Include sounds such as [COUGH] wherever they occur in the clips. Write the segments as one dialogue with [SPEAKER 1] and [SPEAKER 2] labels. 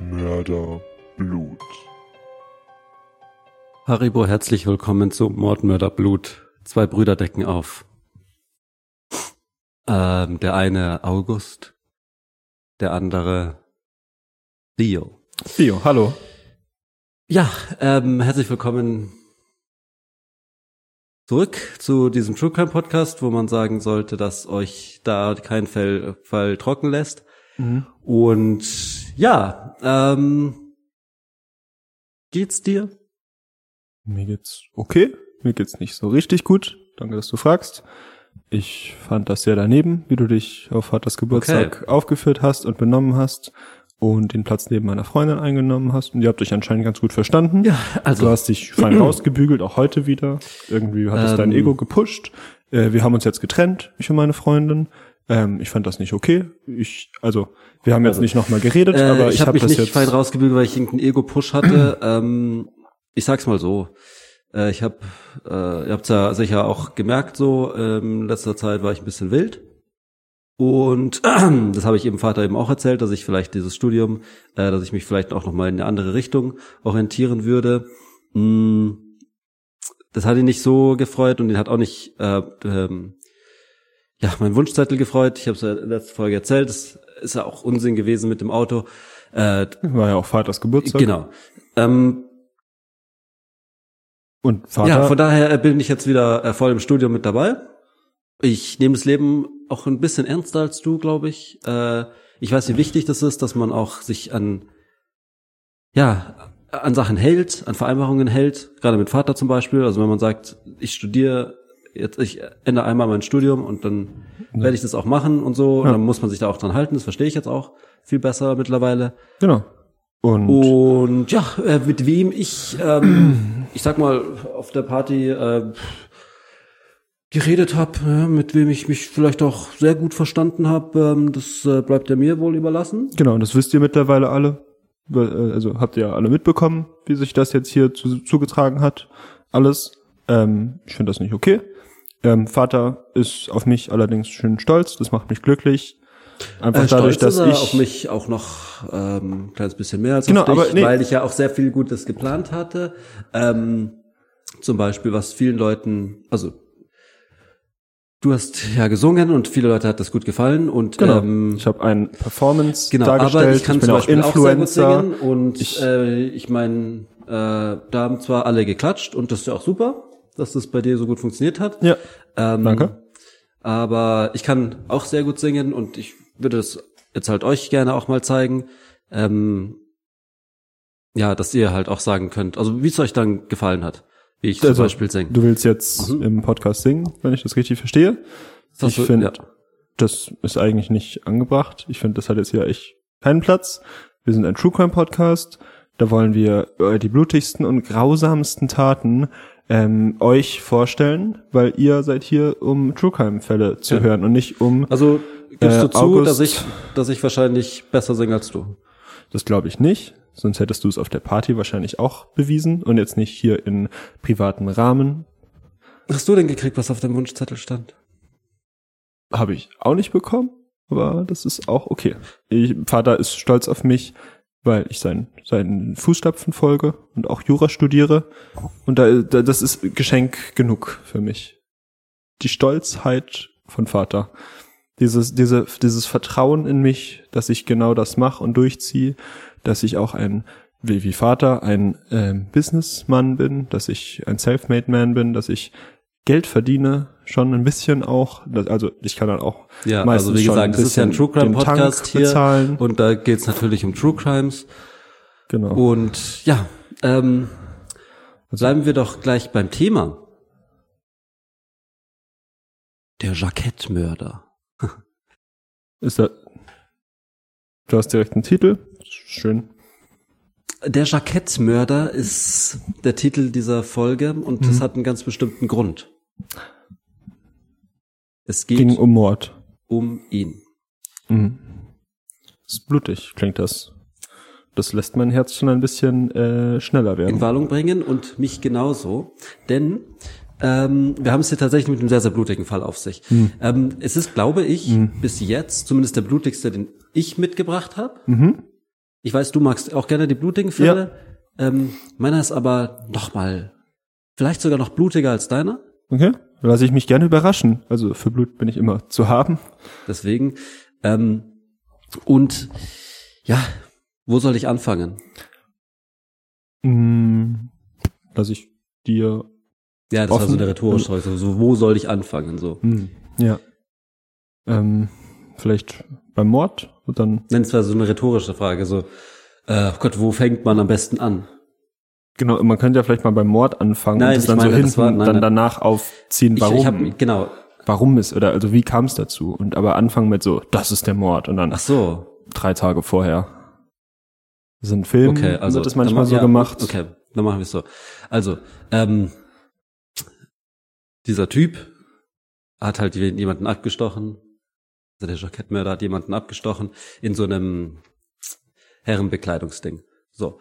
[SPEAKER 1] Mörder Blut.
[SPEAKER 2] Haribo, herzlich willkommen zu Mordmörder Blut. Zwei Brüder decken auf. Ähm, der eine August, der andere Theo.
[SPEAKER 3] Theo, hallo.
[SPEAKER 2] Ja, ähm, herzlich willkommen zurück zu diesem True Crime Podcast, wo man sagen sollte, dass euch da kein Fall, Fall trocken lässt.
[SPEAKER 3] Mhm.
[SPEAKER 2] Und ja, ähm, geht's dir?
[SPEAKER 3] Mir geht's okay. Mir geht's nicht so richtig gut. Danke, dass du fragst. Ich fand das sehr daneben, wie du dich auf Vaters Geburtstag aufgeführt hast und benommen hast und den Platz neben meiner Freundin eingenommen hast. Und ihr habt euch anscheinend ganz gut verstanden.
[SPEAKER 2] Ja, also-
[SPEAKER 3] Du hast
[SPEAKER 2] [CLEARS THROAT]
[SPEAKER 3] dich fein rausgebügelt, auch heute wieder. Irgendwie hat es dein
[SPEAKER 2] Ähm.
[SPEAKER 3] Ego gepusht. Äh, wir haben uns jetzt getrennt, ich und meine Freundin. Ähm, ich fand das nicht okay. Ich, also, wir haben jetzt nicht nochmal geredet,
[SPEAKER 2] Äh,
[SPEAKER 3] aber
[SPEAKER 2] ich
[SPEAKER 3] ich,
[SPEAKER 2] habe
[SPEAKER 3] hab
[SPEAKER 2] mich
[SPEAKER 3] das
[SPEAKER 2] nicht
[SPEAKER 3] jetzt.
[SPEAKER 2] fein rausgebügelt, weil ich irgendeinen Ego-Push
[SPEAKER 3] [CLEARS THROAT]
[SPEAKER 2] hatte. ähm, ich sag's mal so. Äh, ich habe, äh, ihr habt's ja sicher auch gemerkt, so ähm, in letzter Zeit war ich ein bisschen wild. Und [CLEARS THROAT] das habe ich ihrem Vater eben auch erzählt, dass ich vielleicht dieses Studium, äh, dass ich mich vielleicht auch noch mal in eine andere Richtung orientieren würde. Mm, das hat ihn nicht so gefreut und ihn hat auch nicht äh, ähm, ja, mein Wunschzettel gefreut. Ich habe es ja in der letzten Folge erzählt. Es ist ja auch Unsinn gewesen mit dem Auto. Äh,
[SPEAKER 3] War ja auch Vaters Geburtstag.
[SPEAKER 2] genau. Ähm,
[SPEAKER 3] Und Vater.
[SPEAKER 2] ja, von daher äh, bin ich jetzt wieder äh, voll im Studium mit dabei. Ich nehme das Leben auch ein bisschen ernster als du, glaube ich. Äh, ich weiß, wie wichtig das ist, dass man auch sich an, ja, an Sachen hält, an Vereinbarungen hält, gerade mit Vater zum Beispiel. Also wenn man sagt, ich studiere, jetzt, ich ändere einmal mein Studium und dann
[SPEAKER 3] Ja.
[SPEAKER 2] werde ich das auch machen und so,
[SPEAKER 3] Ja.
[SPEAKER 2] dann muss man sich da auch dran halten. Das verstehe ich jetzt auch viel besser mittlerweile.
[SPEAKER 3] Genau. Und
[SPEAKER 2] Oh. Und ja, äh, mit wem ich, ähm, [CLEARS THROAT] ich sag mal, auf der Party äh, geredet habe, äh, mit wem ich mich vielleicht auch sehr gut verstanden habe, ähm, das äh, bleibt ja mir wohl überlassen.
[SPEAKER 3] genau, und das wisst ihr mittlerweile alle. Weil, äh, Also habt ihr ja alle mitbekommen, wie sich das jetzt hier zu, zugetragen hat. Alles. Ähm, ich finde das nicht okay. Ähm, Vater ist auf mich allerdings schön stolz. Das macht mich glücklich. Einfach
[SPEAKER 2] Äh,
[SPEAKER 3] dadurch,
[SPEAKER 2] stolz
[SPEAKER 3] dass
[SPEAKER 2] ist er
[SPEAKER 3] ich
[SPEAKER 2] auf mich auch noch ähm, ein kleines bisschen mehr als
[SPEAKER 3] Genau,
[SPEAKER 2] auf dich,
[SPEAKER 3] aber nee.
[SPEAKER 2] weil ich ja auch sehr viel Gutes geplant hatte. Ähm, zum Beispiel, was vielen Leuten, also du hast ja gesungen und viele Leute hat das gut gefallen und
[SPEAKER 3] Genau.
[SPEAKER 2] ähm,
[SPEAKER 3] ich habe ein Performance
[SPEAKER 2] Genau,
[SPEAKER 3] dargestellt.
[SPEAKER 2] aber ich kann
[SPEAKER 3] bin
[SPEAKER 2] zum
[SPEAKER 3] auch
[SPEAKER 2] Beispiel
[SPEAKER 3] Influencer.
[SPEAKER 2] auch sehr gut singen und
[SPEAKER 3] Ich-
[SPEAKER 2] ich, äh, ich meine, äh, da haben zwar alle geklatscht und das ist ja auch super, dass das bei dir so gut funktioniert hat.
[SPEAKER 3] ja,
[SPEAKER 2] Ähm,
[SPEAKER 3] danke.
[SPEAKER 2] Aber ich kann auch sehr gut singen und ich würde es jetzt halt euch gerne auch mal zeigen. Ähm, ja, dass ihr halt auch sagen könnt, also wie es euch dann gefallen hat, wie ich
[SPEAKER 3] Also,
[SPEAKER 2] zum Beispiel singe.
[SPEAKER 3] Du willst jetzt
[SPEAKER 2] Mhm.
[SPEAKER 3] im Podcast singen, wenn ich das richtig verstehe.
[SPEAKER 2] Das hast
[SPEAKER 3] ich
[SPEAKER 2] du-
[SPEAKER 3] find-
[SPEAKER 2] ja.
[SPEAKER 3] das ist eigentlich nicht angebracht. Ich finde, das hat jetzt hier echt keinen Platz. Wir sind ein True Crime Podcast. Da wollen wir äh, die blutigsten und grausamsten Taten ähm, euch vorstellen, weil ihr seid hier, um True Crime Fälle zu
[SPEAKER 2] Ja.
[SPEAKER 3] hören und nicht um,
[SPEAKER 2] Also gibst
[SPEAKER 3] Äh,
[SPEAKER 2] du zu,
[SPEAKER 3] August-
[SPEAKER 2] dass ich, dass ich wahrscheinlich besser singe als du.
[SPEAKER 3] das glaube ich nicht. Sonst hättest du es auf der Party wahrscheinlich auch bewiesen und jetzt nicht hier in privaten Rahmen.
[SPEAKER 2] Hast du denn gekriegt, was auf dem Wunschzettel stand?
[SPEAKER 3] Habe ich auch nicht bekommen, aber das ist auch okay. Ich, Vater ist stolz auf mich, weil ich seinen, seinen Fußstapfen folge und auch Jura studiere. Und da, da, das ist Geschenk genug für mich. Die Stolzheit von Vater. Dieses, diese, dieses Vertrauen in mich, dass ich genau das mache und durchziehe, dass ich auch ein, wie, wie Vater, ein ähm, Businessman bin, dass ich ein Selfmade-Man bin, dass ich Geld verdiene, schon ein bisschen auch. Das, also ich kann dann auch
[SPEAKER 2] Ja,
[SPEAKER 3] meistens
[SPEAKER 2] also wie
[SPEAKER 3] schon ein
[SPEAKER 2] gesagt, das ist ja ein
[SPEAKER 3] bisschen
[SPEAKER 2] True Crime
[SPEAKER 3] den Tank
[SPEAKER 2] Podcast hier
[SPEAKER 3] bezahlen.
[SPEAKER 2] und da geht's natürlich um True Crimes
[SPEAKER 3] genau.
[SPEAKER 2] und ja, ähm, bleiben wir doch gleich beim Thema. Der Jackettmörder.
[SPEAKER 3] Ist da, du hast direkt einen Titel. Schön.
[SPEAKER 2] Der Jackettmörder ist der Titel dieser Folge und
[SPEAKER 3] Mhm.
[SPEAKER 2] das hat einen ganz bestimmten Grund. Es geht
[SPEAKER 3] Ging
[SPEAKER 2] um,
[SPEAKER 3] um Mord.
[SPEAKER 2] ihn.
[SPEAKER 3] Mhm. Ist blutig, klingt das. Das lässt mein Herz schon ein bisschen äh, schneller
[SPEAKER 2] in
[SPEAKER 3] werden.
[SPEAKER 2] Wallung bringen und mich genauso. Denn ähm, wir haben es hier tatsächlich mit einem sehr, sehr blutigen Fall auf sich. Ähm, es ist, glaube ich, bis jetzt zumindest der blutigste, den ich mitgebracht habe. Ich weiß, du magst auch gerne die blutigen Fälle. Ähm, meiner ist aber noch mal, vielleicht sogar noch blutiger als deiner.
[SPEAKER 3] Okay. Dann Lasse ich mich gerne überraschen. Also für Blut bin ich immer zu haben.
[SPEAKER 2] Deswegen. Ähm, und ja, wo soll ich anfangen?
[SPEAKER 3] Mm, Lass ich dir.
[SPEAKER 2] Ja, das war so
[SPEAKER 3] Offen.
[SPEAKER 2] eine rhetorische Frage. So, so, wo soll ich anfangen? So.
[SPEAKER 3] Mm, Ja. Ähm, vielleicht beim Mord und dann.
[SPEAKER 2] Nein, es war so eine rhetorische Frage. So, äh, oh Gott, wo fängt man am besten an?
[SPEAKER 3] Genau, man könnte ja vielleicht mal beim Mord anfangen
[SPEAKER 2] Nein,
[SPEAKER 3] und das
[SPEAKER 2] ich
[SPEAKER 3] dann so
[SPEAKER 2] meine, das
[SPEAKER 3] hinten
[SPEAKER 2] war-
[SPEAKER 3] und
[SPEAKER 2] nein,
[SPEAKER 3] dann
[SPEAKER 2] nein.
[SPEAKER 3] danach aufziehen,
[SPEAKER 2] Ich,
[SPEAKER 3] warum.
[SPEAKER 2] ich hab, genau.
[SPEAKER 3] warum es oder also wie kam es dazu und aber anfangen mit so, das ist der Mord und dann
[SPEAKER 2] Ach so.
[SPEAKER 3] drei Tage vorher. Das sind Filme,
[SPEAKER 2] Okay, also
[SPEAKER 3] wird das
[SPEAKER 2] dann
[SPEAKER 3] manchmal
[SPEAKER 2] mach-
[SPEAKER 3] so
[SPEAKER 2] ja,
[SPEAKER 3] gemacht.
[SPEAKER 2] Okay, dann machen wir es so. Also ähm, dieser Typ hat halt jemanden abgestochen. Also der Jackettmörder hat jemanden abgestochen in so einem Herrenbekleidungsding. So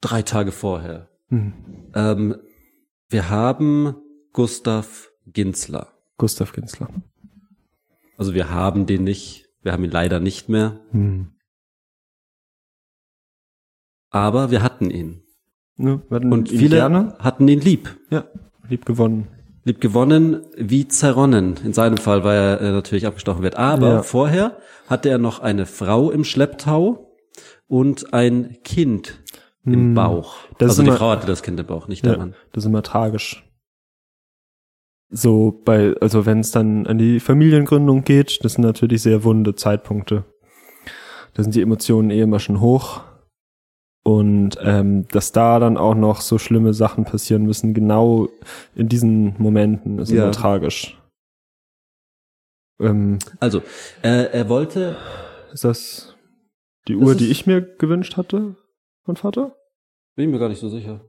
[SPEAKER 2] drei Tage vorher.
[SPEAKER 3] Hm.
[SPEAKER 2] Ähm, wir haben Gustav Ginzler.
[SPEAKER 3] Gustav Kinsler.
[SPEAKER 2] Also wir haben den nicht. Wir haben ihn leider nicht mehr.
[SPEAKER 3] Hm.
[SPEAKER 2] Aber wir hatten ihn.
[SPEAKER 3] Ne, wir hatten
[SPEAKER 2] Und
[SPEAKER 3] ihn
[SPEAKER 2] viele
[SPEAKER 3] gerne.
[SPEAKER 2] hatten ihn lieb.
[SPEAKER 3] Ja, lieb gewonnen.
[SPEAKER 2] Lieb gewonnen wie zerronnen. In seinem Fall, weil er äh, natürlich abgestochen wird. Aber
[SPEAKER 3] Ja.
[SPEAKER 2] vorher hatte er noch eine Frau im Schlepptau und ein Kind im
[SPEAKER 3] Hm.
[SPEAKER 2] Bauch.
[SPEAKER 3] Das ist
[SPEAKER 2] also die
[SPEAKER 3] immer-
[SPEAKER 2] Frau hatte das Kind im Bauch, nicht der
[SPEAKER 3] Ja,
[SPEAKER 2] Mann.
[SPEAKER 3] das ist immer tragisch. So bei also wenn es dann an die Familiengründung geht, das sind natürlich sehr wunde Zeitpunkte. Da sind die Emotionen eh immer schon hoch. Und ähm, dass da dann auch noch so schlimme Sachen passieren müssen, genau in diesen Momenten, ist
[SPEAKER 2] Ja.
[SPEAKER 3] immer tragisch. Ähm,
[SPEAKER 2] Also, äh, er wollte,
[SPEAKER 3] ist das die
[SPEAKER 2] Das
[SPEAKER 3] Uhr,
[SPEAKER 2] ist-
[SPEAKER 3] die ich mir gewünscht hatte, mein Vater?
[SPEAKER 2] bin ich mir gar nicht so sicher.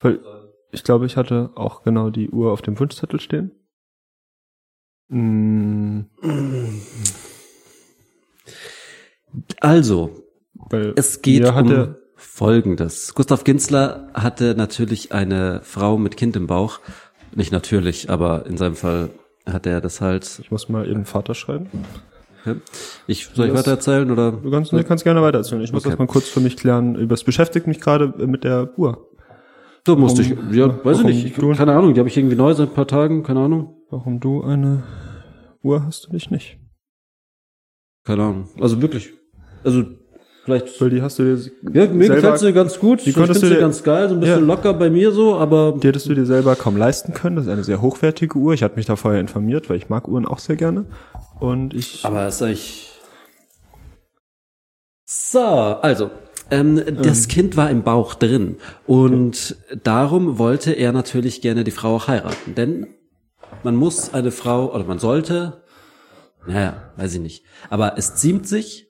[SPEAKER 3] Weil ich glaube, ich hatte auch genau die Uhr auf dem Wunschzettel stehen. Mm,
[SPEAKER 2] Also,
[SPEAKER 3] weil
[SPEAKER 2] Es geht
[SPEAKER 3] mir
[SPEAKER 2] um
[SPEAKER 3] hatte,
[SPEAKER 2] Folgendes. Gustav Ginzler hatte natürlich eine Frau mit Kind im Bauch. Nicht natürlich, aber in seinem Fall hat er das halt.
[SPEAKER 3] ich muss mal eben Vater schreiben.
[SPEAKER 2] Ich, soll ich
[SPEAKER 3] Das-
[SPEAKER 2] weiter erzählen oder?
[SPEAKER 3] Du kannst, du kannst gerne weiter erzählen. Ich muss
[SPEAKER 2] Okay.
[SPEAKER 3] das mal kurz für mich klären. über- Es beschäftigt mich gerade mit der Uhr.
[SPEAKER 2] Du musst dich,
[SPEAKER 3] Warum-
[SPEAKER 2] ja, weiß ich
[SPEAKER 3] warum
[SPEAKER 2] nicht. Ich,
[SPEAKER 3] du-
[SPEAKER 2] keine Ahnung, die habe ich irgendwie neu seit ein paar Tagen, keine Ahnung.
[SPEAKER 3] Warum du eine Uhr hast und ich nicht?
[SPEAKER 2] Keine Ahnung. Also wirklich. Also, vielleicht.
[SPEAKER 3] Weil die hast du dir,
[SPEAKER 2] Ja, mir
[SPEAKER 3] selber-
[SPEAKER 2] gefällt sie ganz gut.
[SPEAKER 3] Die
[SPEAKER 2] ich finde
[SPEAKER 3] konntest
[SPEAKER 2] sie
[SPEAKER 3] du dir-
[SPEAKER 2] ganz geil, so ein bisschen
[SPEAKER 3] Ja.
[SPEAKER 2] locker bei mir so, aber.
[SPEAKER 3] die hättest du dir selber kaum leisten können. Das ist eine sehr hochwertige Uhr. Ich hatte mich da vorher informiert, weil ich mag Uhren auch sehr gerne. Und ich
[SPEAKER 2] Aber ist eigentlich. So, also. Ähm, das Kind war im Bauch drin und darum wollte er natürlich gerne die Frau auch heiraten, denn man muss eine Frau oder man sollte, naja, weiß ich nicht, aber es ziemt sich.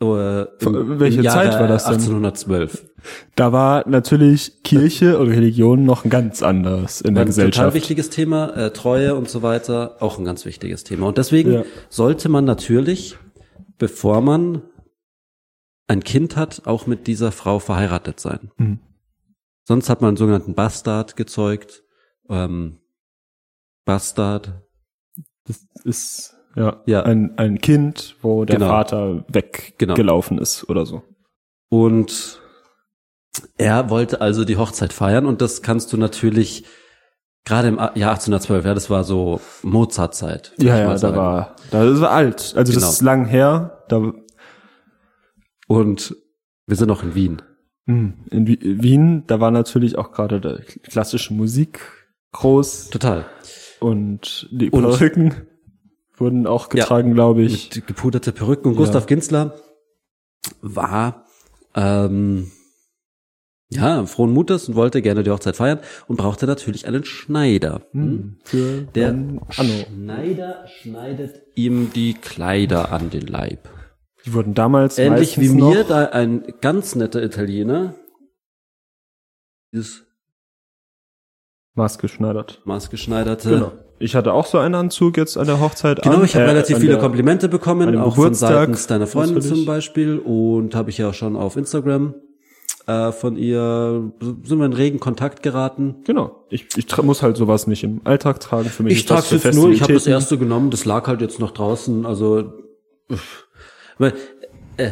[SPEAKER 2] Äh, im,
[SPEAKER 3] Welche
[SPEAKER 2] im Jahre
[SPEAKER 3] Zeit war das denn?
[SPEAKER 2] 1812.
[SPEAKER 3] Da war natürlich Kirche und Religion noch ein ganz anderes in der
[SPEAKER 2] Ein total
[SPEAKER 3] Gesellschaft.
[SPEAKER 2] wichtiges Thema, äh, Treue und so weiter, auch ein ganz wichtiges Thema. Und deswegen
[SPEAKER 3] Ja.
[SPEAKER 2] sollte man natürlich, bevor man ein Kind hat, auch mit dieser Frau verheiratet sein.
[SPEAKER 3] Mhm.
[SPEAKER 2] Sonst hat man einen sogenannten Bastard gezeugt. Ähm, Bastard.
[SPEAKER 3] Das ist ja,
[SPEAKER 2] Ja.
[SPEAKER 3] Ein, ein Kind, wo der
[SPEAKER 2] Genau.
[SPEAKER 3] Vater
[SPEAKER 2] Genau.
[SPEAKER 3] weggelaufen ist oder so.
[SPEAKER 2] Und er wollte also die Hochzeit feiern und das kannst du natürlich gerade im A- Jahr 1812, ja, das war so Mozart-Zeit. würd
[SPEAKER 3] Ja,
[SPEAKER 2] ich mal
[SPEAKER 3] ja, da
[SPEAKER 2] sagen.
[SPEAKER 3] war, das war alt. Also
[SPEAKER 2] Genau.
[SPEAKER 3] das ist lang her. Da,
[SPEAKER 2] Und wir sind noch in Wien.
[SPEAKER 3] mh, hm, in Wi- Wien, da war natürlich auch gerade der klassische Musik groß
[SPEAKER 2] Total.
[SPEAKER 3] und die
[SPEAKER 2] Und-
[SPEAKER 3] Perücken wurden auch getragen, glaube ich.
[SPEAKER 2] mit gepuderte Perücken. Und Gustav
[SPEAKER 3] Ja.
[SPEAKER 2] Ginzler war ähm, ja frohen Mutes und wollte gerne die Hochzeit feiern und brauchte natürlich einen Schneider.
[SPEAKER 3] Hm, Für
[SPEAKER 2] Der
[SPEAKER 3] Don Anno.
[SPEAKER 2] Schneider schneidet ihm die Kleider an den Leib.
[SPEAKER 3] Die wurden damals
[SPEAKER 2] Ähnlich wie
[SPEAKER 3] meistens
[SPEAKER 2] mir,
[SPEAKER 3] noch,
[SPEAKER 2] da ein ganz netter Italiener dieses
[SPEAKER 3] maßgeschneidert.
[SPEAKER 2] maßgeschneiderte
[SPEAKER 3] Genau. Ich hatte auch so einen Anzug jetzt an der Hochzeit
[SPEAKER 2] Genau,
[SPEAKER 3] an.
[SPEAKER 2] ich habe
[SPEAKER 3] äh,
[SPEAKER 2] relativ
[SPEAKER 3] an
[SPEAKER 2] viele
[SPEAKER 3] der-
[SPEAKER 2] Komplimente
[SPEAKER 3] an
[SPEAKER 2] bekommen,
[SPEAKER 3] dem
[SPEAKER 2] auch von
[SPEAKER 3] Geburtstag,
[SPEAKER 2] seitens deiner Freundin
[SPEAKER 3] natürlich.
[SPEAKER 2] zum Beispiel und habe ich ja schon auf Instagram äh, von ihr sind wir in regen Kontakt geraten.
[SPEAKER 3] Genau. Ich, ich tra- muss halt sowas nicht im Alltag tragen. Für mich
[SPEAKER 2] Ich
[SPEAKER 3] ist das
[SPEAKER 2] trage
[SPEAKER 3] für
[SPEAKER 2] jetzt nur, ich habe das
[SPEAKER 3] Festivitäten.
[SPEAKER 2] erste genommen, das lag halt jetzt noch draußen, also uff. weil äh,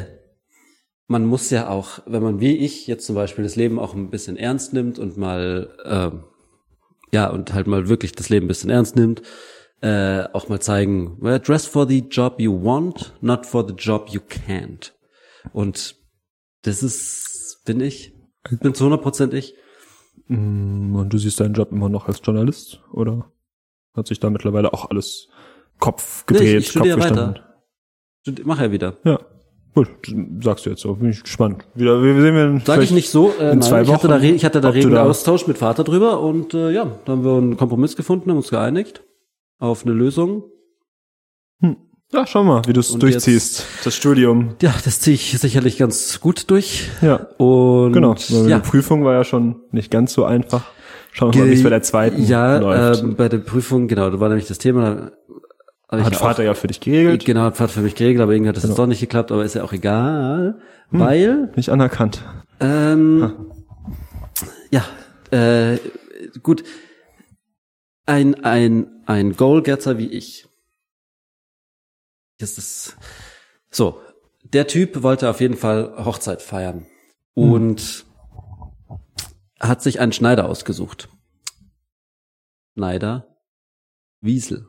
[SPEAKER 2] man muss ja auch, wenn man wie ich jetzt zum Beispiel das Leben auch ein bisschen ernst nimmt und mal, ähm, ja, und halt mal wirklich das Leben ein bisschen ernst nimmt, äh, auch mal zeigen, well, dress for the job you want, not for the job you can't. Und das ist, bin ich, bin zu 100% ich.
[SPEAKER 3] Mm, Und du siehst deinen Job immer noch als Journalist, oder? Hat sich da mittlerweile auch alles Kopf
[SPEAKER 2] Nee,
[SPEAKER 3] gedreht,
[SPEAKER 2] ich, ich
[SPEAKER 3] Kopf
[SPEAKER 2] studiere
[SPEAKER 3] gestanden?
[SPEAKER 2] weiter. Studi- Mach ja wieder.
[SPEAKER 3] Ja. Gut, sagst du jetzt so. Bin ich gespannt. Wieder, wir sehen wir
[SPEAKER 2] Sag ich nicht so, äh,
[SPEAKER 3] in
[SPEAKER 2] nein,
[SPEAKER 3] zwei
[SPEAKER 2] ich hatte da,
[SPEAKER 3] Wochen,
[SPEAKER 2] re- ich hatte da
[SPEAKER 3] ob du
[SPEAKER 2] regen
[SPEAKER 3] da-
[SPEAKER 2] Austausch mit Vater drüber und äh, ja, da haben wir einen Kompromiss gefunden, haben uns geeinigt auf eine Lösung.
[SPEAKER 3] Ja, schau mal, wie du es
[SPEAKER 2] Und
[SPEAKER 3] durchziehst. Das Studium.
[SPEAKER 2] Ja, das ziehe ich sicherlich ganz gut durch.
[SPEAKER 3] Ja,
[SPEAKER 2] Und
[SPEAKER 3] genau. Weil
[SPEAKER 2] ja,
[SPEAKER 3] Die Prüfung war ja schon nicht ganz so einfach. Schauen wir mal, wie es bei der zweiten
[SPEAKER 2] ja
[SPEAKER 3] läuft.
[SPEAKER 2] ähm, bei der Prüfung, genau, da war nämlich das Thema. da hab
[SPEAKER 3] Hat
[SPEAKER 2] ich
[SPEAKER 3] Vater Genau. ja für dich
[SPEAKER 2] auch,
[SPEAKER 3] geregelt.
[SPEAKER 2] genau, hat Vater für mich geregelt, aber irgendwie hat das jetzt doch nicht geklappt, aber ist ja auch egal,
[SPEAKER 3] Hm.
[SPEAKER 2] weil
[SPEAKER 3] Nicht anerkannt.
[SPEAKER 2] Ähm, ja, äh, gut. Ein, ein, ein Goalgetter wie ich. Das ist, so. Der Typ wollte auf jeden Fall Hochzeit feiern
[SPEAKER 3] Hm.
[SPEAKER 2] und hat sich einen Schneider ausgesucht. Schneider Wiesel.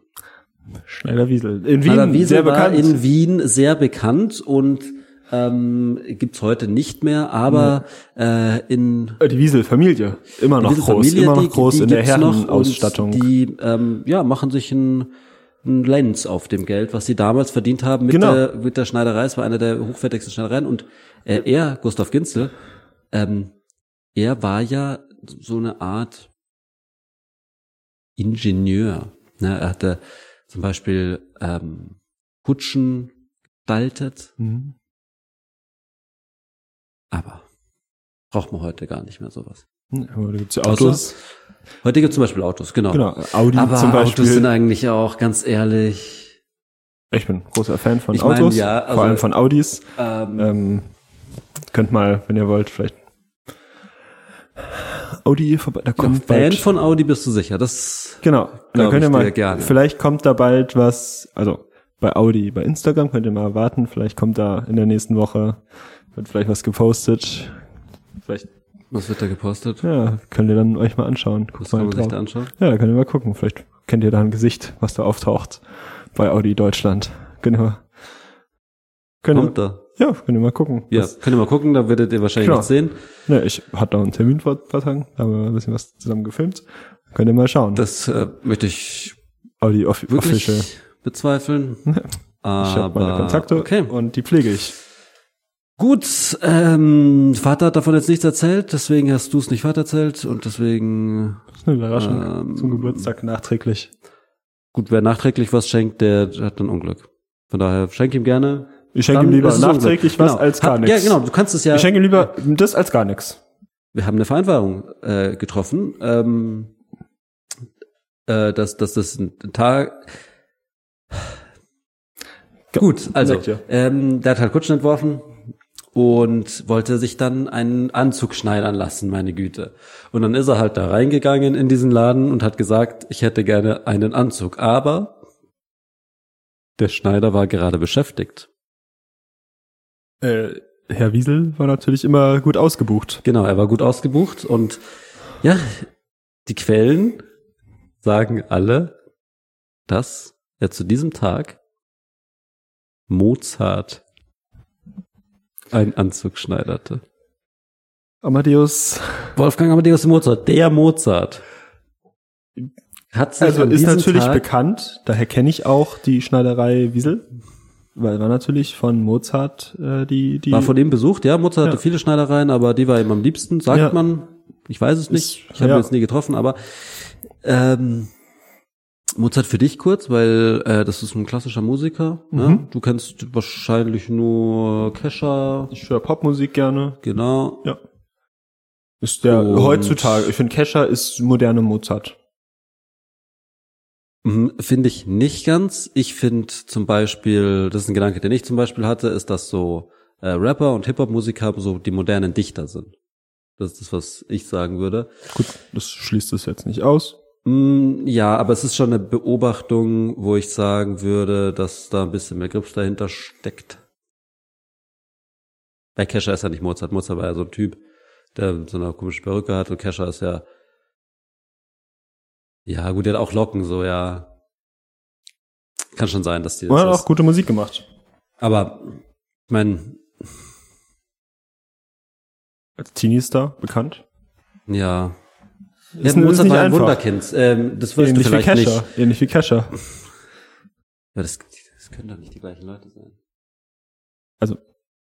[SPEAKER 3] Schneider-Wiesel. In Wien,
[SPEAKER 2] Schneider Wiesel
[SPEAKER 3] sehr
[SPEAKER 2] war
[SPEAKER 3] bekannt.
[SPEAKER 2] in Wien sehr bekannt und ähm, gibt's heute nicht mehr, aber äh, in
[SPEAKER 3] Äh, die Wiesel-Familie. Immer noch
[SPEAKER 2] diese
[SPEAKER 3] groß.
[SPEAKER 2] Familie,
[SPEAKER 3] immer noch
[SPEAKER 2] die-
[SPEAKER 3] groß
[SPEAKER 2] die
[SPEAKER 3] in der
[SPEAKER 2] gibt's noch und
[SPEAKER 3] Herrenausstattung.
[SPEAKER 2] Die ähm, ja, machen sich ein ein Lenz auf dem Geld, was sie damals verdient haben mit,
[SPEAKER 3] Genau.
[SPEAKER 2] der, mit der Schneiderei. Es war eine der hochwertigsten Schneidereien. Und äh, er, Gustav Ginzel, ähm, er war ja so eine Art Ingenieur. Ne? Er hatte zum Beispiel ähm, Kutschen gestaltet,
[SPEAKER 3] Mhm.
[SPEAKER 2] aber braucht man heute gar nicht mehr sowas.
[SPEAKER 3] Aber da gibt's ja
[SPEAKER 2] Außer-
[SPEAKER 3] Autos.
[SPEAKER 2] Heute gibt's zum Beispiel Autos, genau.
[SPEAKER 3] Genau. Audi
[SPEAKER 2] Aber
[SPEAKER 3] zum
[SPEAKER 2] Autos sind
[SPEAKER 3] Beispiel.
[SPEAKER 2] eigentlich auch, ganz ehrlich,
[SPEAKER 3] Ich bin großer Fan von
[SPEAKER 2] Ich mein,
[SPEAKER 3] Autos.
[SPEAKER 2] ja, also-
[SPEAKER 3] vor allem von Audis.
[SPEAKER 2] ähm,
[SPEAKER 3] Ähm, könnt mal, wenn ihr wollt, vielleicht Audi vorbei. Da
[SPEAKER 2] doch,
[SPEAKER 3] kommt
[SPEAKER 2] Fan
[SPEAKER 3] bald.
[SPEAKER 2] von Audi bist du sicher. Das
[SPEAKER 3] genau. Und
[SPEAKER 2] glaub
[SPEAKER 3] Dann könnt
[SPEAKER 2] ich dir
[SPEAKER 3] ihr mal.
[SPEAKER 2] gerne.
[SPEAKER 3] Vielleicht kommt da bald was. Also bei Audi, bei Instagram könnt ihr mal warten. Vielleicht kommt da in der nächsten Woche wird vielleicht was gepostet. Vielleicht
[SPEAKER 2] was wird da gepostet?
[SPEAKER 3] ja, könnt ihr dann euch mal anschauen. Guckt
[SPEAKER 2] Das kann
[SPEAKER 3] mal
[SPEAKER 2] man sich
[SPEAKER 3] drauf.
[SPEAKER 2] da anschauen.
[SPEAKER 3] Ja, da könnt ihr mal gucken. Vielleicht kennt ihr da ein Gesicht, was da auftaucht bei Audi Deutschland. Genau. Könnt ihr,
[SPEAKER 2] Kommt da.
[SPEAKER 3] ja, könnt ihr mal gucken.
[SPEAKER 2] Ja,
[SPEAKER 3] was-
[SPEAKER 2] könnt ihr mal gucken, da werdet ihr wahrscheinlich
[SPEAKER 3] Klar.
[SPEAKER 2] was sehen.
[SPEAKER 3] Ne, ich hatte da einen Termin vor ein paar Tagen, da haben wir ein bisschen was zusammen gefilmt. Könnt ihr mal schauen.
[SPEAKER 2] Das äh, möchte ich
[SPEAKER 3] Audi Off
[SPEAKER 2] wirklich
[SPEAKER 3] Official.
[SPEAKER 2] bezweifeln. Aber,
[SPEAKER 3] Ich habe meine Kontakte
[SPEAKER 2] Okay.
[SPEAKER 3] und die pflege ich.
[SPEAKER 2] Gut, ähm, Vater hat davon jetzt nichts erzählt, deswegen hast du es nicht weitererzählt und deswegen,
[SPEAKER 3] Das ist eine Überraschung
[SPEAKER 2] Ähm.
[SPEAKER 3] zum Geburtstag nachträglich.
[SPEAKER 2] gut, wer nachträglich was schenkt, der hat dann Unglück. Von daher, schenk ihm gerne.
[SPEAKER 3] Ich schenke
[SPEAKER 2] Dann
[SPEAKER 3] ihm
[SPEAKER 2] ist
[SPEAKER 3] lieber
[SPEAKER 2] es Unglück.
[SPEAKER 3] nachträglich was
[SPEAKER 2] Genau.
[SPEAKER 3] als gar
[SPEAKER 2] Hab- Ja,
[SPEAKER 3] nichts.
[SPEAKER 2] genau, du kannst es ja.
[SPEAKER 3] Ich schenke ihm lieber das als gar nichts.
[SPEAKER 2] wir haben eine Vereinbarung äh, getroffen, ähm, äh, dass, dass das ein Tag.
[SPEAKER 3] Ge-
[SPEAKER 2] Gut, also
[SPEAKER 3] Merkt ihr.
[SPEAKER 2] ähm, der hat halt Kutschen entworfen und wollte sich dann einen Anzug schneidern lassen, meine Güte. Und dann ist er halt da reingegangen in diesen Laden und hat gesagt, ich hätte gerne einen Anzug, aber der Schneider war gerade beschäftigt.
[SPEAKER 3] Äh, Herr Wiesel war natürlich immer gut ausgebucht.
[SPEAKER 2] Genau, er war gut ausgebucht und ja, die Quellen sagen alle, dass er zu diesem Tag Mozart einen Anzug schneiderte.
[SPEAKER 3] Amadeus.
[SPEAKER 2] Wolfgang Amadeus Mozart, der Mozart. Hat sich
[SPEAKER 3] Also
[SPEAKER 2] an
[SPEAKER 3] ist
[SPEAKER 2] diesem
[SPEAKER 3] natürlich
[SPEAKER 2] Tag,
[SPEAKER 3] bekannt, daher kenne ich auch die Schneiderei Wiesel, weil war natürlich von Mozart äh, die die
[SPEAKER 2] war von ihm besucht, ja, Mozart hatte
[SPEAKER 3] Ja.
[SPEAKER 2] viele Schneidereien, aber die war ihm am liebsten, sagt
[SPEAKER 3] Ja.
[SPEAKER 2] man. Ich weiß es nicht, ich habe
[SPEAKER 3] ja.
[SPEAKER 2] ihn jetzt nie getroffen, aber Ähm, Mozart für dich kurz, weil äh, das ist ein klassischer Musiker. Ne?
[SPEAKER 3] Mhm.
[SPEAKER 2] Du kennst wahrscheinlich nur Kescher,
[SPEAKER 3] ich höre Popmusik gerne.
[SPEAKER 2] genau.
[SPEAKER 3] Ist der
[SPEAKER 2] Und-
[SPEAKER 3] heutzutage, ich finde Kescher ist moderne Mozart.
[SPEAKER 2] Mhm, Finde ich nicht ganz. Ich finde zum Beispiel, das ist ein Gedanke, den ich zum Beispiel hatte, ist, dass so äh, Rapper und Hip-Hop-Musiker so die modernen Dichter sind. Das ist das, was ich sagen würde.
[SPEAKER 3] Gut, das schließt es jetzt nicht aus.
[SPEAKER 2] Mm, Ja, aber es ist schon eine Beobachtung, wo ich sagen würde, dass da ein bisschen mehr Grips dahinter steckt. Bei Kescher ist ja nicht Mozart. Mozart war ja so ein Typ, der so eine komische Perücke hat und Kescher ist ja. Ja, gut, der hat auch Locken, so, ja. Kann schon sein, dass die
[SPEAKER 3] Und
[SPEAKER 2] das
[SPEAKER 3] hat
[SPEAKER 2] ist.
[SPEAKER 3] auch gute Musik gemacht.
[SPEAKER 2] Aber, ich mein,
[SPEAKER 3] Als Teenie-Star bekannt.
[SPEAKER 2] ja.
[SPEAKER 3] Ist-
[SPEAKER 2] ja
[SPEAKER 3] ist
[SPEAKER 2] Mozart
[SPEAKER 3] nicht
[SPEAKER 2] war ein
[SPEAKER 3] einfach.
[SPEAKER 2] Wunderkind. Ähm, das würdest
[SPEAKER 3] Ähnlich
[SPEAKER 2] du
[SPEAKER 3] wie
[SPEAKER 2] vielleicht
[SPEAKER 3] Kescher.
[SPEAKER 2] nicht.
[SPEAKER 3] Ähnlich wie Kescher.
[SPEAKER 2] Ja, das, das können doch nicht die gleichen Leute sein.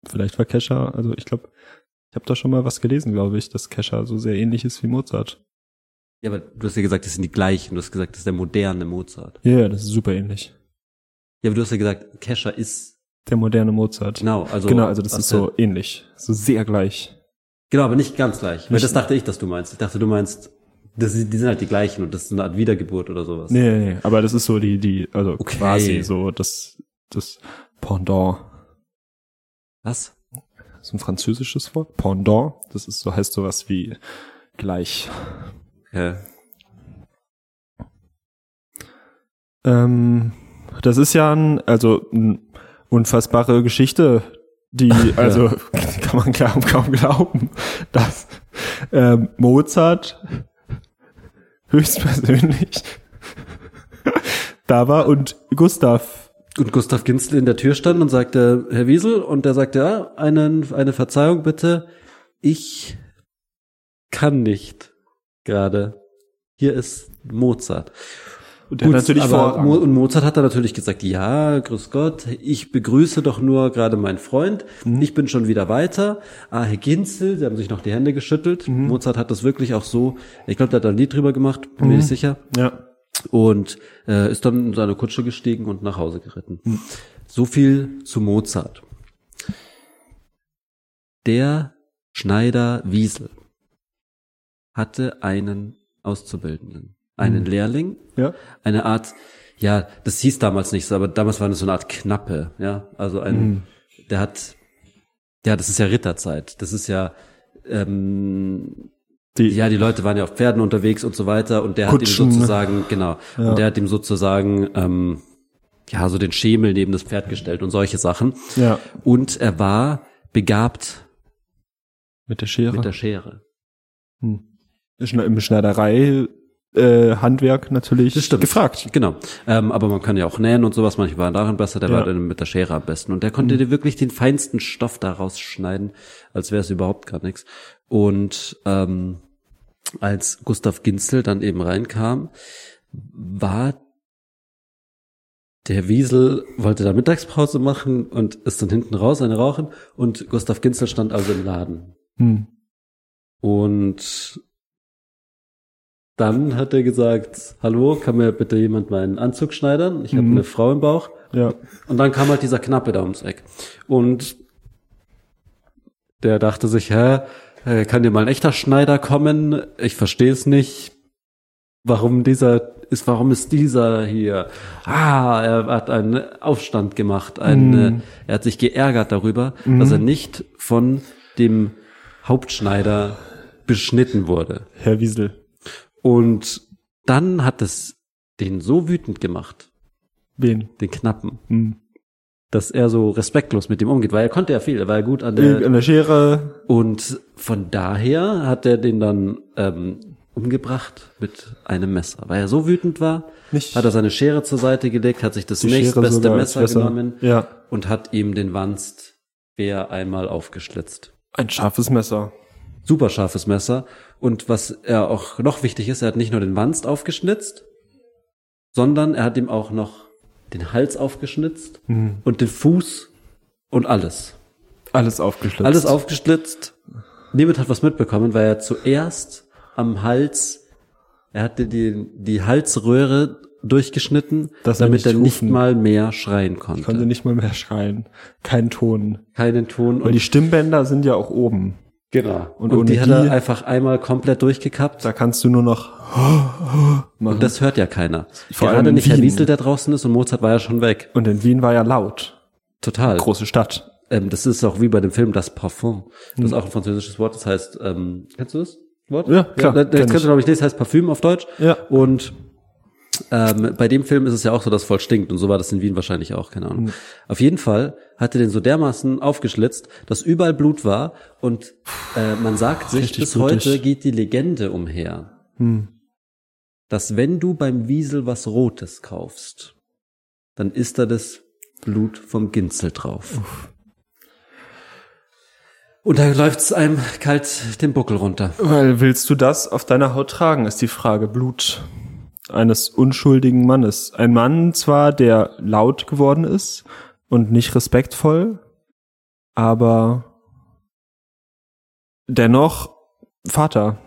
[SPEAKER 3] Vielleicht war Kescher, also ich glaube, ich habe da schon mal was gelesen, glaube ich, dass Kescher so sehr ähnlich ist wie Mozart.
[SPEAKER 2] Ja, aber du hast ja gesagt, das sind die gleichen. Du hast gesagt, das ist der moderne Mozart.
[SPEAKER 3] Ja, ja, das ist super ähnlich.
[SPEAKER 2] Ja, aber du hast ja gesagt, Kescher ist
[SPEAKER 3] Der moderne Mozart.
[SPEAKER 2] Genau, also.
[SPEAKER 3] genau, also das
[SPEAKER 2] was
[SPEAKER 3] ist
[SPEAKER 2] der-
[SPEAKER 3] so ähnlich. So sehr gleich.
[SPEAKER 2] Genau, aber nicht ganz gleich. Weil
[SPEAKER 3] Nicht-
[SPEAKER 2] das dachte ich, dass du meinst. Ich dachte, du meinst, das, sind- die sind halt die gleichen und das ist eine Art Wiedergeburt oder sowas.
[SPEAKER 3] Nee, nee, nee, aber das ist so die, die, also
[SPEAKER 2] Okay.
[SPEAKER 3] quasi so das, das Pendant.
[SPEAKER 2] Was?
[SPEAKER 3] So ein französisches Wort. Pendant. Das ist so, heißt sowas wie gleich.
[SPEAKER 2] Okay.
[SPEAKER 3] Ähm, das ist ja ein, also ein unfassbare Geschichte,
[SPEAKER 2] [LAUGHS]
[SPEAKER 3] die, also [LAUGHS] kann man kaum, kaum glauben, dass ähm, Mozart höchstpersönlich [LAUGHS] da war und Gustav.
[SPEAKER 2] Und Gustav Ginzel in der Tür stand und sagte, Herr Wiesel, und der sagte, ja, einen, eine Verzeihung bitte. Ich kann nicht gerade. Hier ist Mozart.
[SPEAKER 3] Und
[SPEAKER 2] Gut, aber Mo und Mozart hat da natürlich gesagt, ja, grüß Gott, ich begrüße doch nur gerade meinen Freund, ich bin schon wieder weiter. Ah, Herr Ginzel, sie haben sich noch die Hände geschüttelt. Mozart hat das wirklich auch so, ich glaube, der hat da ein Lied drüber gemacht, bin mir nicht sicher.
[SPEAKER 3] Ja.
[SPEAKER 2] Und äh, ist dann in seine Kutsche gestiegen und nach Hause geritten. So viel zu Mozart. Der Schneider Wiesel hatte einen Auszubildenden, einen Lehrling,
[SPEAKER 3] Ja.
[SPEAKER 2] eine Art, ja, das hieß damals nicht so, aber damals war das so eine Art Knappe, ja. Also ein,
[SPEAKER 3] Hm.
[SPEAKER 2] der hat, ja, das ist ja Ritterzeit. Das ist ja, ähm,
[SPEAKER 3] Die,
[SPEAKER 2] ja, die Leute waren ja auf Pferden unterwegs und so weiter und der
[SPEAKER 3] Kutschen. ne?
[SPEAKER 2] hat ihm sozusagen, genau,
[SPEAKER 3] Ja.
[SPEAKER 2] und der hat ihm sozusagen, ähm, ja, so den Schemel neben das Pferd gestellt und solche Sachen.
[SPEAKER 3] ja.
[SPEAKER 2] Und er war begabt
[SPEAKER 3] Mit der Schere.
[SPEAKER 2] mit der Schere.
[SPEAKER 3] Hm. Schne- Im Schneiderei, äh, Handwerk natürlich
[SPEAKER 2] Das stimmt.
[SPEAKER 3] gefragt.
[SPEAKER 2] Genau. Ähm, aber man kann ja auch nähen und sowas. Manche waren darin besser, der
[SPEAKER 3] Ja.
[SPEAKER 2] war dann mit der Schere am besten. Und der konnte dir wirklich den feinsten Stoff daraus schneiden, als wäre es überhaupt gar nichts. Und ähm, als Gustav Ginzel dann eben reinkam, war der Wiesel wollte da Mittagspause machen und ist dann hinten raus, eine rauchen. Und Gustav Ginzel stand also im Laden.
[SPEAKER 3] Hm.
[SPEAKER 2] Und dann hat er gesagt, hallo, kann mir bitte jemand meinen Anzug schneidern? Ich habe
[SPEAKER 3] Mhm.
[SPEAKER 2] eine Frau im Bauch.
[SPEAKER 3] Ja.
[SPEAKER 2] Und dann kam halt dieser Knappe da ums Eck. Und der dachte sich, hä, äh, kann dir mal ein echter Schneider kommen? Ich verstehe es nicht. Warum dieser ist, warum ist dieser hier? Ah, er hat einen Aufstand gemacht. Einen,
[SPEAKER 3] Mhm.
[SPEAKER 2] äh, Er hat sich geärgert darüber,
[SPEAKER 3] Mhm.
[SPEAKER 2] dass er nicht von dem Hauptschneider beschnitten wurde.
[SPEAKER 3] Herr Wiesel.
[SPEAKER 2] Und dann hat es den so wütend gemacht,
[SPEAKER 3] Wen?
[SPEAKER 2] den Knappen,
[SPEAKER 3] Hm.
[SPEAKER 2] dass er so respektlos mit dem umgeht, weil er konnte ja viel, er war ja gut an der.
[SPEAKER 3] Äh, An der Schere.
[SPEAKER 2] Und von daher hat er den dann ähm, umgebracht mit einem Messer. Weil er so wütend war,
[SPEAKER 3] Nicht
[SPEAKER 2] hat er seine Schere zur Seite gelegt, hat sich das
[SPEAKER 3] die Schere
[SPEAKER 2] nächstbeste
[SPEAKER 3] sogar als
[SPEAKER 2] Messer genommen
[SPEAKER 3] Ja.
[SPEAKER 2] und hat ihm den Wanst wer einmal aufgeschlitzt.
[SPEAKER 3] Ein scharfes Messer.
[SPEAKER 2] Super scharfes Messer. Und was er auch noch wichtig ist, er hat nicht nur den Wanst aufgeschnitzt, sondern er hat ihm auch noch den Hals aufgeschnitzt
[SPEAKER 3] Hm.
[SPEAKER 2] und den Fuß und alles.
[SPEAKER 3] Alles aufgeschlitzt.
[SPEAKER 2] Alles aufgeschlitzt. Nemeth hat was mitbekommen, weil er zuerst am Hals, er hatte die, die Halsröhre durchgeschnitten,
[SPEAKER 3] Dass er
[SPEAKER 2] damit
[SPEAKER 3] nicht
[SPEAKER 2] er nicht
[SPEAKER 3] rufen-
[SPEAKER 2] mal mehr schreien konnte.
[SPEAKER 3] Konnte nicht mal mehr schreien. Kein Ton.
[SPEAKER 2] Keinen Ton.
[SPEAKER 3] Weil die Stimmbänder sind ja auch oben.
[SPEAKER 2] genau.
[SPEAKER 3] und
[SPEAKER 2] und,
[SPEAKER 3] ohne
[SPEAKER 2] die hat er
[SPEAKER 3] die-
[SPEAKER 2] einfach einmal komplett durchgekappt.
[SPEAKER 3] Da kannst du nur noch machen.
[SPEAKER 2] Und das hört ja keiner.
[SPEAKER 3] Vor allem
[SPEAKER 2] Gerade
[SPEAKER 3] in
[SPEAKER 2] nicht Herr
[SPEAKER 3] Wien.
[SPEAKER 2] Wiesel, der draußen ist und Mozart war ja schon weg.
[SPEAKER 3] Und in Wien war ja laut.
[SPEAKER 2] Total.
[SPEAKER 3] Große Stadt.
[SPEAKER 2] Ähm, das ist auch wie bei dem Film Das Parfum. Das ist auch ein französisches Wort, das heißt, ähm, kennst du das Wort?
[SPEAKER 3] Hm. Ja, klar,
[SPEAKER 2] das
[SPEAKER 3] kenn
[SPEAKER 2] kennst du,
[SPEAKER 3] ich.
[SPEAKER 2] glaube ich, nicht, das heißt Parfüm auf Deutsch.
[SPEAKER 3] Ja.
[SPEAKER 2] Und Ähm, bei dem Film ist es ja auch so, dass voll stinkt und so war das in Wien wahrscheinlich auch, keine Ahnung.
[SPEAKER 3] Mhm.
[SPEAKER 2] Auf jeden Fall hatte den so dermaßen aufgeschlitzt, dass überall Blut war und äh, man sagt sich,
[SPEAKER 3] Richtig
[SPEAKER 2] bis
[SPEAKER 3] blutig.
[SPEAKER 2] heute geht die Legende umher,
[SPEAKER 3] Hm.
[SPEAKER 2] dass wenn du beim Wiesel was Rotes kaufst, dann ist da das Blut vom Ginzel drauf. Und da läuft's einem kalt den Buckel runter.
[SPEAKER 3] Weil willst du das auf deiner Haut tragen, ist die Frage. Blut eines unschuldigen Mannes. Ein Mann zwar, der laut geworden ist und nicht respektvoll, aber dennoch Vater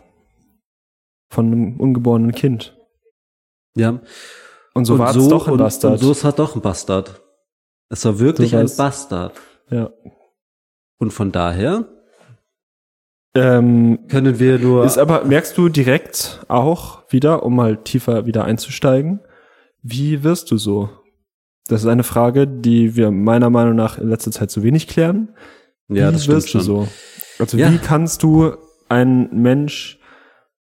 [SPEAKER 3] von einem ungeborenen Kind.
[SPEAKER 2] Ja.
[SPEAKER 3] Und so war es doch ein
[SPEAKER 2] und,
[SPEAKER 3] Bastard.
[SPEAKER 2] Und so ist halt doch ein Bastard. Es war wirklich
[SPEAKER 3] So
[SPEAKER 2] ein
[SPEAKER 3] war's.
[SPEAKER 2] Bastard.
[SPEAKER 3] ja.
[SPEAKER 2] Und von daher
[SPEAKER 3] ähm,
[SPEAKER 2] können wir nur.
[SPEAKER 3] Ist aber, merkst du direkt auch wieder, um mal tiefer wieder einzusteigen, wie wirst du so? Das ist eine Frage, die wir meiner Meinung nach in letzter Zeit zu wenig klären.
[SPEAKER 2] ja,
[SPEAKER 3] wie
[SPEAKER 2] das stimmt
[SPEAKER 3] wirst
[SPEAKER 2] schon.
[SPEAKER 3] du so? Also
[SPEAKER 2] Ja.
[SPEAKER 3] wie kannst du ein Mensch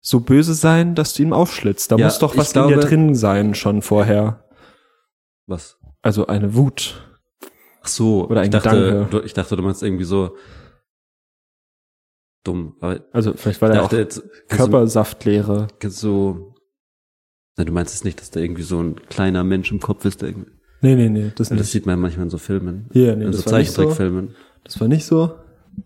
[SPEAKER 3] so böse sein, dass du ihm aufschlitzt? Da
[SPEAKER 2] Ja,
[SPEAKER 3] muss doch
[SPEAKER 2] ich
[SPEAKER 3] was in dir
[SPEAKER 2] glaube-
[SPEAKER 3] drin sein schon vorher.
[SPEAKER 2] Was?
[SPEAKER 3] Also eine Wut.
[SPEAKER 2] Ach so,
[SPEAKER 3] Oder ein
[SPEAKER 2] ich dachte,
[SPEAKER 3] Gedanke.
[SPEAKER 2] du, ich dachte, du meinst irgendwie so dumm. Aber ich
[SPEAKER 3] Also vielleicht war da auch
[SPEAKER 2] dachte jetzt also Kannst
[SPEAKER 3] Körpersaftlehre.
[SPEAKER 2] du, kannst du, Nein, du meinst es nicht, dass da irgendwie so ein kleiner Mensch im Kopf ist. Der irgendwie,
[SPEAKER 3] Nee, nee, nee, das
[SPEAKER 2] Ja, das
[SPEAKER 3] nicht.
[SPEAKER 2] sieht man manchmal in so Filmen,
[SPEAKER 3] Hier, nee,
[SPEAKER 2] in
[SPEAKER 3] das
[SPEAKER 2] so
[SPEAKER 3] war nicht so.
[SPEAKER 2] Zeichentrickfilmen.
[SPEAKER 3] Das war nicht so.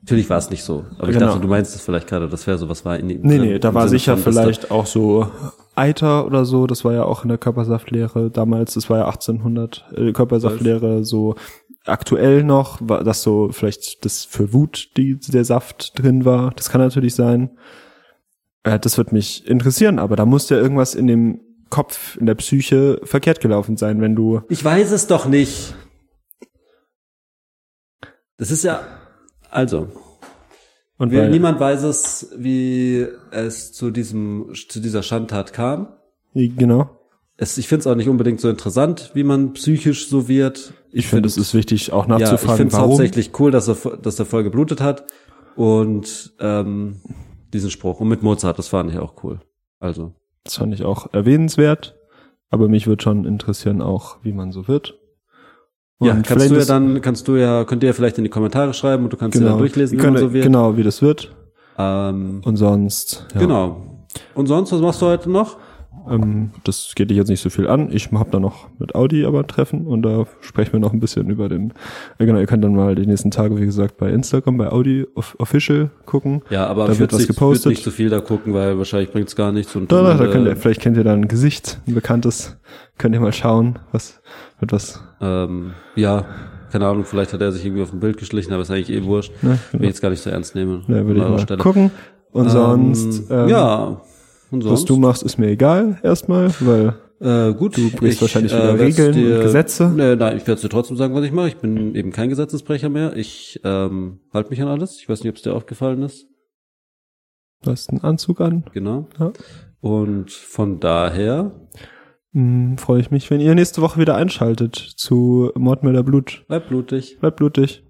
[SPEAKER 2] Natürlich war es nicht so, aber ich
[SPEAKER 3] Genau.
[SPEAKER 2] dachte, du meinst es vielleicht gerade, das wäre so was war in dem
[SPEAKER 3] Nee,
[SPEAKER 2] drin,
[SPEAKER 3] nee, da
[SPEAKER 2] im
[SPEAKER 3] war
[SPEAKER 2] Sinne
[SPEAKER 3] sicher
[SPEAKER 2] von, dass da-
[SPEAKER 3] vielleicht auch so Eiter oder so, das war ja auch in der Körpersaftlehre damals, das war ja 1800, äh, Körpersaftlehre so aktuell noch, war das so vielleicht das für Wut die, der Saft drin war, das kann natürlich sein. Äh, das wird mich interessieren, aber da muss ja irgendwas in dem Kopf, in der Psyche verkehrt gelaufen sein, wenn du
[SPEAKER 2] Ich weiß es doch nicht. Das ist ja. Also,
[SPEAKER 3] und
[SPEAKER 2] wir,
[SPEAKER 3] weil-
[SPEAKER 2] niemand weiß es, wie es zu diesem zu dieser Schandtat kam.
[SPEAKER 3] genau.
[SPEAKER 2] Es, ich finde es auch nicht unbedingt so interessant, wie man psychisch so wird.
[SPEAKER 3] Ich finde, es ist wichtig, auch
[SPEAKER 2] ja, ich
[SPEAKER 3] nachzufragen,
[SPEAKER 2] finde es
[SPEAKER 3] warum.
[SPEAKER 2] hauptsächlich cool, dass er vo- dass er voll geblutet hat und ähm, diesen Spruch und mit Mozart, das fand ich auch cool. Also
[SPEAKER 3] Das fand ich auch erwähnenswert. Aber mich würde schon interessieren, auch wie man so wird.
[SPEAKER 2] ja, kannst
[SPEAKER 3] vielleicht
[SPEAKER 2] du ja
[SPEAKER 3] ist-
[SPEAKER 2] dann kannst du ja könnt ihr ja vielleicht in die Kommentare schreiben und du kannst ja
[SPEAKER 3] genau,
[SPEAKER 2] dann durchlesen,
[SPEAKER 3] wir
[SPEAKER 2] wie man
[SPEAKER 3] können-
[SPEAKER 2] so wird.
[SPEAKER 3] Genau, wie das wird.
[SPEAKER 2] Ähm,
[SPEAKER 3] Und sonst, ja,
[SPEAKER 2] Genau. Und sonst, was machst du heute noch?
[SPEAKER 3] ähm, das geht dich jetzt nicht so viel an. Ich habe da noch mit Audi aber ein Treffen und da sprechen wir noch ein bisschen über den. Äh, genau, ihr könnt dann mal die nächsten Tage, wie gesagt, bei Instagram, bei Audi of, Official gucken.
[SPEAKER 2] Ja, aber
[SPEAKER 3] Da
[SPEAKER 2] ich würde
[SPEAKER 3] wird was
[SPEAKER 2] nicht,
[SPEAKER 3] gepostet.
[SPEAKER 2] würd nicht zu viel da gucken, weil wahrscheinlich bringt's gar nichts. Und
[SPEAKER 3] Da, da,
[SPEAKER 2] dann,
[SPEAKER 3] da könnt
[SPEAKER 2] äh,
[SPEAKER 3] ihr, vielleicht kennt ihr da ein Gesicht, ein bekanntes. Könnt ihr mal schauen, was, mit was.
[SPEAKER 2] ähm, ja, keine Ahnung, vielleicht hat er sich irgendwie auf ein Bild geschlichen, aber ist eigentlich eh wurscht.
[SPEAKER 3] Ne,
[SPEAKER 2] Will ich
[SPEAKER 3] genau.
[SPEAKER 2] jetzt gar nicht so ernst nehmen.
[SPEAKER 3] Da würde
[SPEAKER 2] An eurer
[SPEAKER 3] ich mal
[SPEAKER 2] Stelle.
[SPEAKER 3] gucken. Und sonst,
[SPEAKER 2] Ähm, ja, und
[SPEAKER 3] Was
[SPEAKER 2] sonst?
[SPEAKER 3] du machst, ist mir egal erstmal, weil
[SPEAKER 2] äh, gut, du
[SPEAKER 3] bringst wahrscheinlich wieder Regeln und Gesetze.
[SPEAKER 2] Nee, nein, ich werde dir trotzdem sagen, was ich mache. Ich bin eben kein Gesetzesbrecher mehr. Ich ähm, halte mich an alles. Ich weiß nicht, ob es dir aufgefallen ist.
[SPEAKER 3] du hast einen Anzug an.
[SPEAKER 2] Genau.
[SPEAKER 3] Ja.
[SPEAKER 2] Und von daher
[SPEAKER 3] Hm, Freue ich mich, wenn ihr nächste Woche wieder einschaltet zu Mordmörder Blut.
[SPEAKER 2] bleibt blutig.
[SPEAKER 3] Bleibt blutig.